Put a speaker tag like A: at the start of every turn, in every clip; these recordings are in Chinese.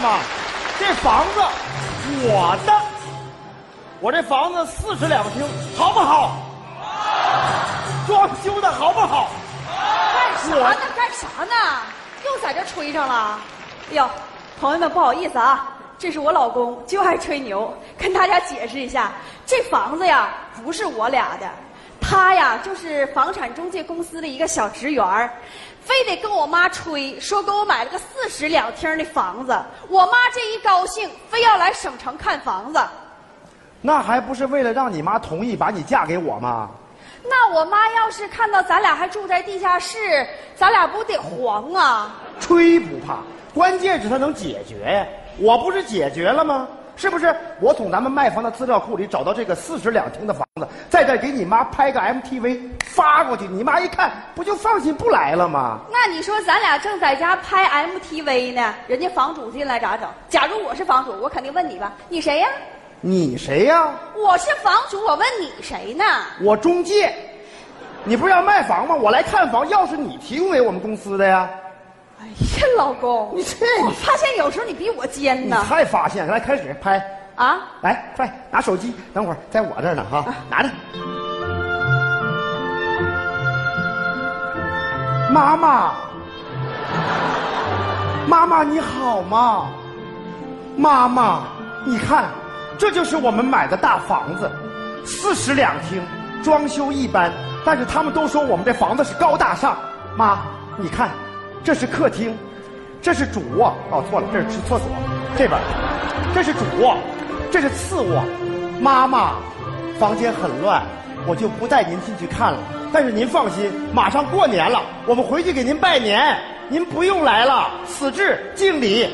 A: 吗？这房子我的，我这房子四室两厅，好不好？装修的好不好？
B: 干啥呢？干啥呢？又在这吹上了？哎呦，朋友们不好意思啊，这是我老公，就爱吹牛。跟大家解释一下，这房子呀不是我俩的，他呀就是房产中介公司的一个小职员儿非得跟我妈吹，说给我买了个四室两厅的房子。我妈这一高兴，非要来省城看房子。
A: 那还不是为了让你妈同意把你嫁给我吗？
B: 那我妈要是看到咱俩还住在地下室，咱俩不得黄啊？
A: 吹不怕，关键是他能解决呀。我不是解决了吗？是不是？我从咱们卖房的资料库里找到这个四室两厅的房子，在这给你妈拍个 MTV 发过去，你妈一看不就放心不来了吗？
B: 那你说咱俩正在家拍 MTV 呢，人家房主进来咋整？假如我是房主，我肯定问你吧，你谁呀、
A: 你谁呀、
B: 我是房主，我问你谁呢？
A: 我中介。你不是要卖房吗？我来看房，钥匙你提供给我们公司的呀。
B: 哎呀，老公，
A: 你这
B: 我发现有时候你比我尖
A: 你
B: 呢。
A: 太发现了，来开始拍，
B: 啊，
A: 来快拿手机，等会儿在我这儿呢哈，拿着。妈妈，妈妈你好吗？妈妈，你看，这就是我们买的大房子，四室两厅，装修一般，但是他们都说我们这房子是高大上。妈，你看，这是客厅，这是主卧，哦错了，这是厕所，这边，这是主卧，这是次卧。妈妈，房间很乱，我就不带您进去看了。但是您放心，马上过年了，我们回去给您拜年，您不用来了。此致敬礼，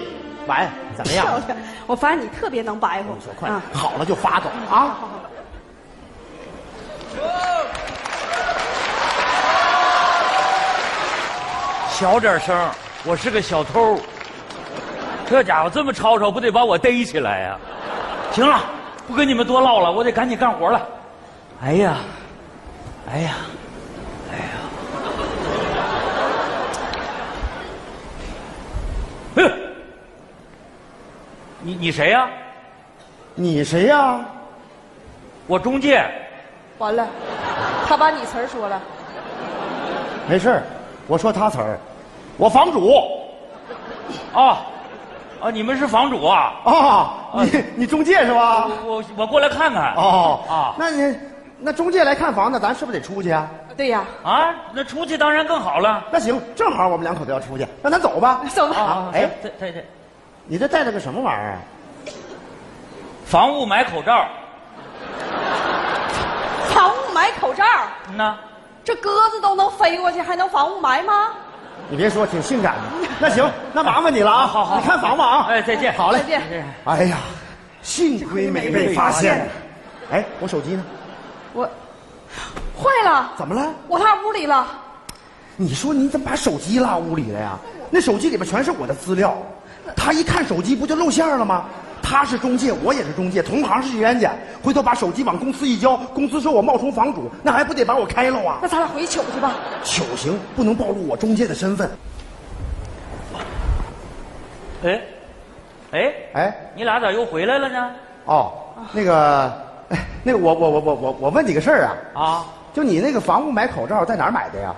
A: 完怎么样？啊
B: 漂亮！ 我发现你特别能白活。
A: 你说快
B: 啊，
A: 好了就发走啊！
C: 小点声，我是个小偷。这家伙这么吵吵，不得把我逮起来呀、行了，不跟你们多唠了，我得赶紧干活了。哎呀，哎呀，哎呀，哎，你你谁呀、
A: 你谁呀、
C: 我中介。
B: 完了，他把你词儿说了。
A: 没事儿我说他词儿，我房主
C: 啊，啊，你们是房主啊？
A: 啊，你你中介是吧？
C: 我我我过来看看。
A: 哦
C: 啊
A: 那你那中介来看房子，咱是不是得出去啊？
B: 对呀、
C: 啊，那出去当然更好了。
A: 那行，正好我们两口子要出去，那咱走吧。
B: 走吧。
C: 啊，
A: 哎
C: 哎，对对对，
A: 你这带了个什么玩意儿？啊
C: 防雾霾口罩，
B: 防雾霾口罩，
C: 嗯呐，
B: 这鸽子都能飞过去，还能防雾霾吗？
A: 你别说，挺性感的。那行，那麻烦你了啊！
C: 好好
A: 你看房吧啊！
C: 哎，再见，
A: 好嘞
B: 再。见。
A: 哎呀，幸亏没被发现。哎，我手机呢？
B: 我坏了，
A: 怎么了？
B: 我踏屋里了。
A: 你说你怎么把手机落屋里了呀？那手机里边全是我的资料，他一看手机不就露馅了吗？他是中介，我也是中介，同行是冤家。回头把手机往公司一交，公司说我冒充房主，那还不得把我开了啊？
B: 那咱俩回去取去吧。
A: 糗行，不能暴露我中介的身份。
C: 哎，哎，
A: 哎，
C: 你俩咋又回来了呢？
A: 哦，那个，哎那个我我我我我我问你个事儿啊，
C: 啊，
A: 就你那个房屋买口罩在哪儿买的呀？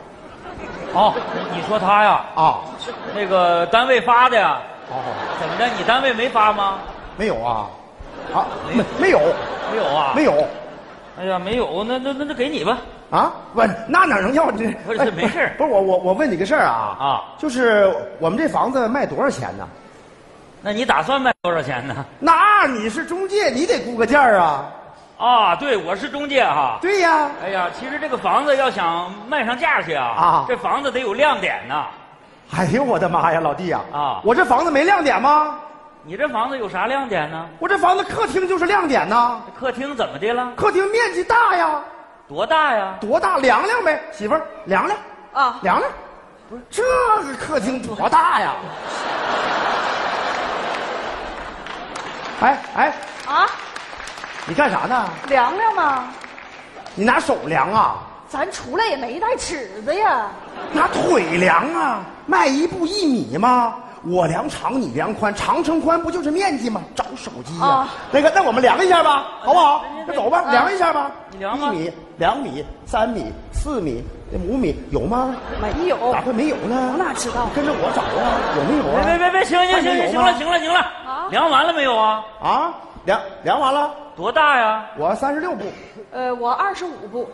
C: 哦，你你说他呀，
A: 啊，
C: 那个单位发的呀，
A: 哦，
C: 怎么的？你单位没发吗？
A: 没有啊，啊，没没有
C: 没有啊？
A: 没
C: 有。
A: 有
C: 哎呀，没有，那那那那给你吧。
A: 啊，不，那哪能要这？
C: 不是
A: 哎
C: 没事儿
A: 不是我我我问你个事儿啊
C: 啊
A: 就是我们这房子卖多少钱呢？
C: 那你打算卖多少钱呢？
A: 那你是中介，你得估个价儿啊。
C: 啊，对，我是中介哈。
A: 对呀，
C: 哎呀，其实这个房子要想卖上价去啊，
A: 啊
C: 这房子得有亮点呐。
A: 哎呦我的妈呀，老弟呀、
C: 啊
A: 我这房子没亮点吗？
C: 你这房子有啥亮点呢？
A: 我这房子客厅就是亮点呐，
C: 这客厅怎么的了？
A: 客厅面积大呀，
C: 多大呀？
A: 多大？量量呗，媳妇儿，量量，
B: 啊，
A: 量量。不是这个客厅多大呀？哎哎，
B: 啊，
A: 你干啥呢？
B: 凉凉嘛，
A: 你拿手量啊？
B: 咱出来也没带尺子呀。
A: 拿腿量啊，迈一步一米吗？我量长，你量宽，长乘宽不就是面积吗？找手机呀、
B: 哦
A: 那个，那我们量一下吧，好不
C: 哦
A: 好？那走吧，
B: 嗯
A: 量一下吧。
C: 你量吧
A: 一米、两米、三米、四米、五米，有吗？
B: 没有，
A: 咋会没有呢？
B: 我哪知道
A: 你跟着我找啊，有没有啊？
C: 哦别别别别，行行行行，行了行了行
B: 啊
C: 了，量完了没有啊？
A: 了啊！量量完了，
C: 多大呀？
A: 我三十六步，
B: 呃，我二十五步，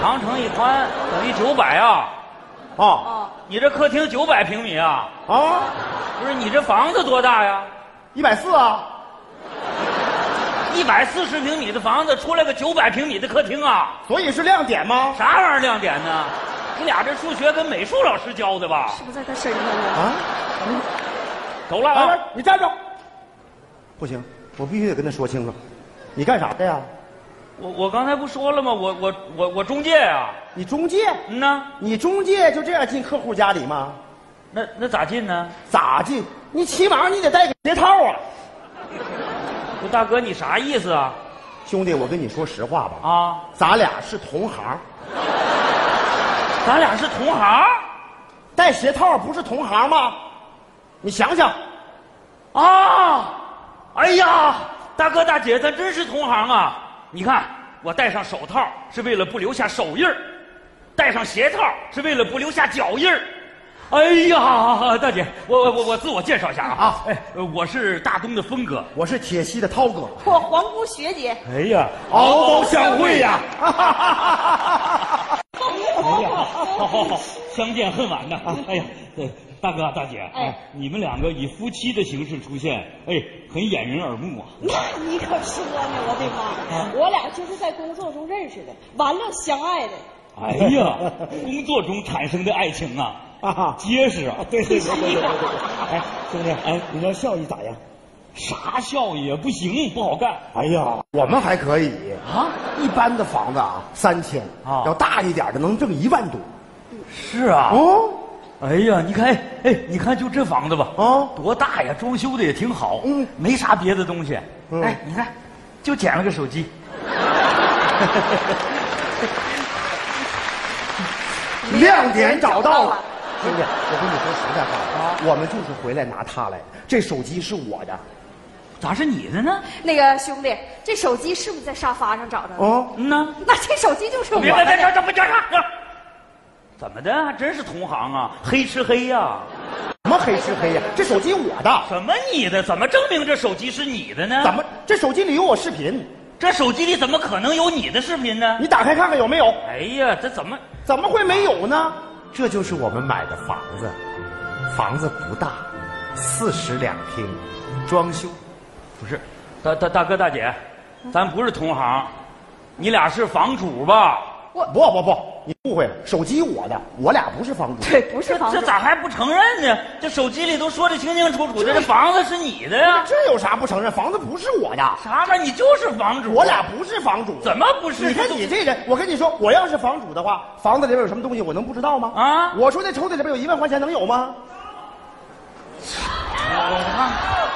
C: 长乘以宽等于九百啊！
A: 啊
B: 哦，
C: 你这客厅九百平米啊？
A: 啊，
C: 不是，你这房子多大呀？
A: 一百四啊，
C: 一百四十平米的房子出来个九百平米的客厅啊？
A: 所以是亮点吗？
C: 啥玩意儿亮点呢？你俩这数学跟美术老师教的吧？
B: 是不是在他身上呢？
A: 啊，
C: 走了
A: 来
C: 啊！
A: 来，你站住！不行，我必须得跟他说清楚，你干啥的呀？
C: 我我刚才不说了吗？我我我我中介啊！
A: 你中介？
C: 嗯呐，
A: 你中介就这样进客户家里吗？
C: 那那咋进呢？
A: 咋进？你起码你得带个鞋套啊！
C: 不，大哥你啥意思啊？
A: 兄弟，我跟你说实话吧，
C: 啊，
A: 咱俩是同行，
C: 咱俩是同行
A: 带鞋套不是同行吗？你想想，
C: 啊！哎呀，大哥大姐，咱真是同行啊！你看，我戴上手套是为了不留下手印儿，戴上鞋套是为了不留下脚印儿。哎呀，大姐，我我我我自我介绍一下啊
A: 啊
C: 哎，呃我是大东的峰哥。
A: 我是铁西的涛哥，
B: 我皇姑学姐，
C: 哎呀，
A: 敖包哦相会呀、
C: 哎呀，好好好，相见恨晚呐！
A: 啊
C: 哎呀，对，大哥大姐，
B: 哎，
C: 你们两个以夫妻的形式出现，哎，很掩人耳目啊。
D: 那你可说呢，我的妈
B: 嗯
D: 呀！我俩就是在工作中认识的，完了相爱的。
C: 哎呀，工作中产生的爱情啊，
A: 啊
C: 结实啊！对对对对对
A: 哎，兄弟，哎，你这效益咋样？
C: 啥效益啊？不行，不好干
A: 哎呀， 我们还可以，
C: 啊！
A: 一般的房子啊，三千
C: 啊
A: 要大一点的能挣一万多。
C: 是啊
A: 哦，
C: 哎呀，你看，哎哎，你看就这房子吧，
A: 啊
C: 多大呀？装修的也挺好，
A: 嗯
C: 没啥别的东西。
A: 嗯
C: 哎，你看，就捡了个手机。
A: 亮点找到了
B: 了。
A: 兄弟，我跟你说实在话，我们就是回来拿它来的。这手机是我的。
C: 咋是你的呢？
B: 那个兄弟，这手机是不是在沙发上找着的？
A: 哦，
C: 嗯呐。
B: 那这手机就是我
C: 别别别，
B: 的。
C: 这这不叫啥？啊怎么的？还真是同行啊，黑吃黑呀、
A: 什么黑吃黑呀、这手机我的，
C: 什么你的？怎么证明这手机是你的呢？
A: 怎么？这手机里有我视频？
C: 这手机里怎么可能有你的视频呢？
A: 你打开看看有没有？
C: 哎呀，这怎么？
A: 怎么会没有呢？这就是我们买的房子，房子不大，四室两厅，装修。
C: 不是，大大大哥大姐，
A: 嗯
C: 咱不是同行，你俩是房主吧？
A: 不不不，你误会了，手机我的，我俩不是房主。
B: 对，不是
C: 这
B: 房
C: 这
B: 主。
C: 咋还不承认呢？这手机里都说的清清楚楚的，这房子是你的呀？
A: 这有啥不承认？房子不是我的，
C: 啥玩意儿？你就是房主。
A: 我俩不是房主。
C: 怎么不是？
A: 你看你这人，我跟你说，我要是房主的话，房子里边有什么东西我能不知道吗？
C: 啊
A: 我说那抽屉里边有一万块钱能有吗？
C: 我看看。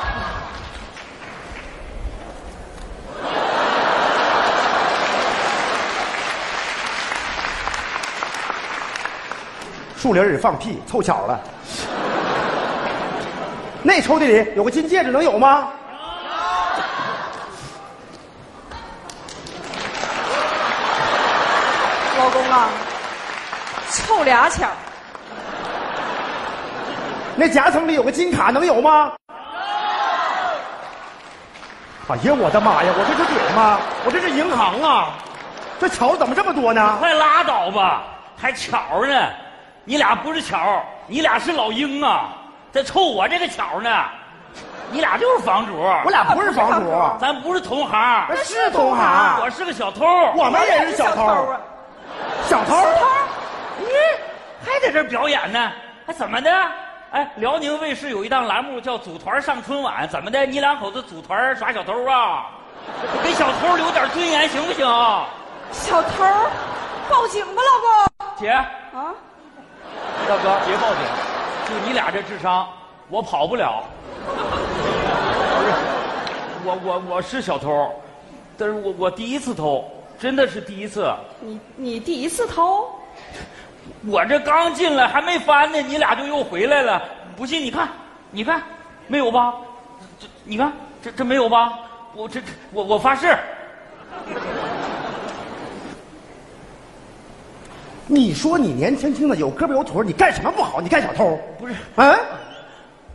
A: 树林儿里放屁，凑巧了。那抽屉里有个金戒指，能有吗？
B: 老公啊，凑俩巧儿，
A: 那夹层里有个金卡，能有吗？哎呀，我的妈呀！我这是鬼吗？我这是银行啊！这巧怎么这么多呢？
C: 快拉倒吧，还巧呢？你俩不是巧，你俩是老鹰啊，在凑我这个巧呢。你俩就是房主，
A: 我俩不是房 主，
C: 咱不是同行，
A: 咱是同行。
C: 我是个小偷。
A: 我们也是小偷，小偷，
C: 你还在这儿表演呢？还怎么的？哎，辽宁卫视有一档栏目叫《组团上春晚》，怎么的？你两口子组团耍小偷啊？给小偷留点尊严行不行？
B: 小偷儿，报警吧，老
C: 姐，
B: 公啊！
C: 大哥，别报警，就你俩这智商，我跑不了。不是，我我我是小偷，但是我我第一次偷，真的是第一次。
B: 你你第一次偷，
C: 我这刚进来还没翻呢，你俩就又回来了。不信你看，你看，没有吧？这你看，这这没有吧？我这这我我发誓，
A: 你说你年轻轻的有胳膊有腿儿，你干什么不好？你干小偷？
C: 不是
A: 嗯，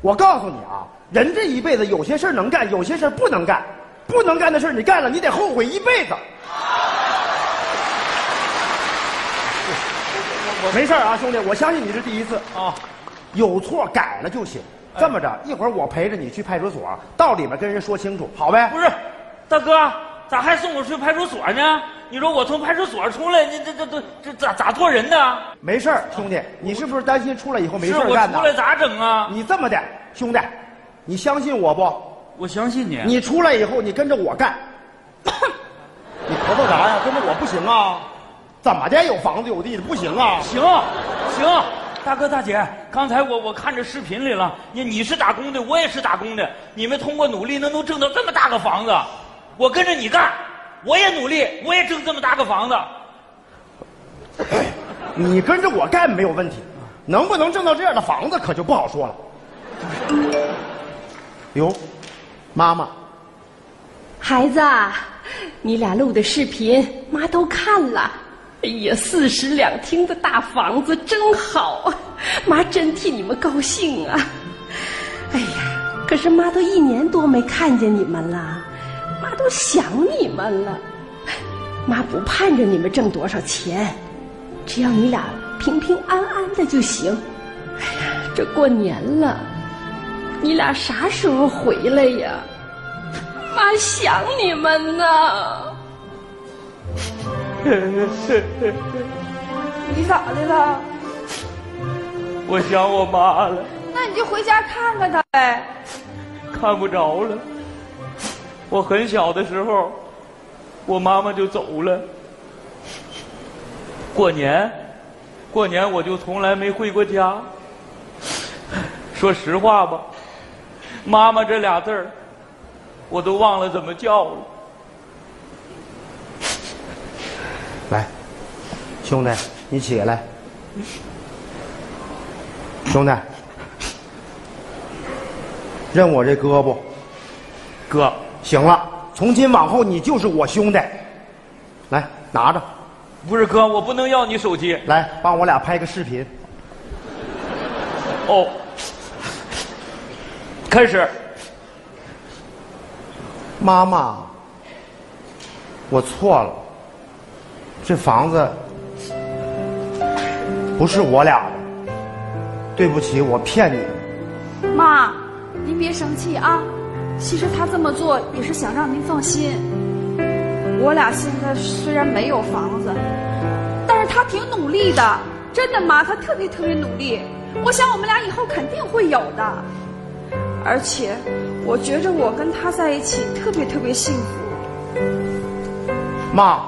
A: 我告诉你啊，人这一辈子有些事儿能干，有些事儿不能干。不能干的事儿你干了，你得后悔一辈子。 没事儿啊，兄弟，我相信你是第一次。
C: 啊，
A: 有错改了就行。
C: 哎
A: 这么着，一会儿我陪着你去派出所，到里面跟人说清楚，好呗？
C: 不是，大哥，咋还送我去派出所呢？你说我从派出所出来，你这这这这咋咋做人呢？
A: 没事儿，兄弟，你是不是担心出来以后没
C: 是
A: 事儿
C: 我
A: 干呢
C: 出？来咋整啊？
A: 你这么的，兄弟，你相信我不？
C: 我相信你，
A: 你出来以后，你跟着我干。 你咳嗽啥呀？跟着我不行啊？怎么的？有房子有地的不行啊？
C: 行行，大哥大姐，刚才我我看着视频里了，你你是打工的，我也是打工的，你们通过努力能能挣到这么大个房子，我跟着你干，我也努力，我也挣这么大个房子，
A: 你跟着我干没有问题，能不能挣到这样的房子可就不好说了。哟，妈妈，
E: 孩子啊，你俩录的视频妈都看了。哎呀，四室两厅的大房子真好啊，妈真替你们高兴啊。哎呀，可是妈都一年多没看见你们了，妈都想你们了。妈不盼着你们挣多少钱，只要你俩平平安安的就行。哎呀，这过年了，你俩啥时候回来呀？妈想你们呢。
B: 你咋的了？
C: 我想我妈了，
B: 那你就回家看看他呗。
C: 看不着了。我很小的时候，我妈妈就走了。过年，过年我就从来没回过家。说实话吧，妈妈这俩字儿，我都忘了怎么叫了。
A: 来，兄弟，你起来，兄弟，认我这胳膊。
C: 哥，
A: 行了，从今往后你就是我兄弟。来，拿着，
C: 不是哥，我不能要你手机
A: 来帮我俩拍个视频。
C: 哦。开始，
A: 妈妈，我错了，这房子不是我俩的，对不起，我骗你。
B: 妈，您别生气啊。其实他这么做也是想让您放心。我俩现在虽然没有房子，但是他挺努力的，真的妈，他特别特别努力。我想我们俩以后肯定会有的。而且，我觉着我跟他在一起特别特别幸福。
A: 妈，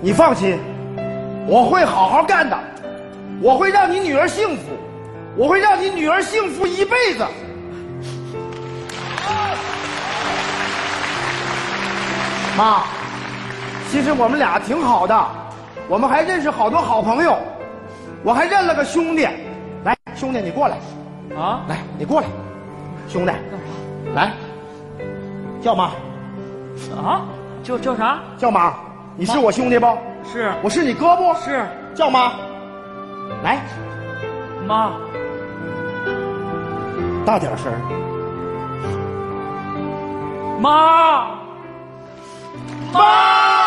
A: 你放心，我会好好干的，我会让你女儿幸福，我会让你女儿幸福一辈子。妈，其实我们俩挺好的，我们还认识好多好朋友，我还认了个兄弟。来，兄弟你过来，
C: 啊，
A: 来你过来，兄弟，来，叫妈，
C: 啊，叫叫啥？
A: 叫妈，你是我兄弟不？
C: 是
A: 我是你哥不？
C: 是，
A: 叫妈，来，
C: 妈，
A: 大点声儿
C: 妈，妈。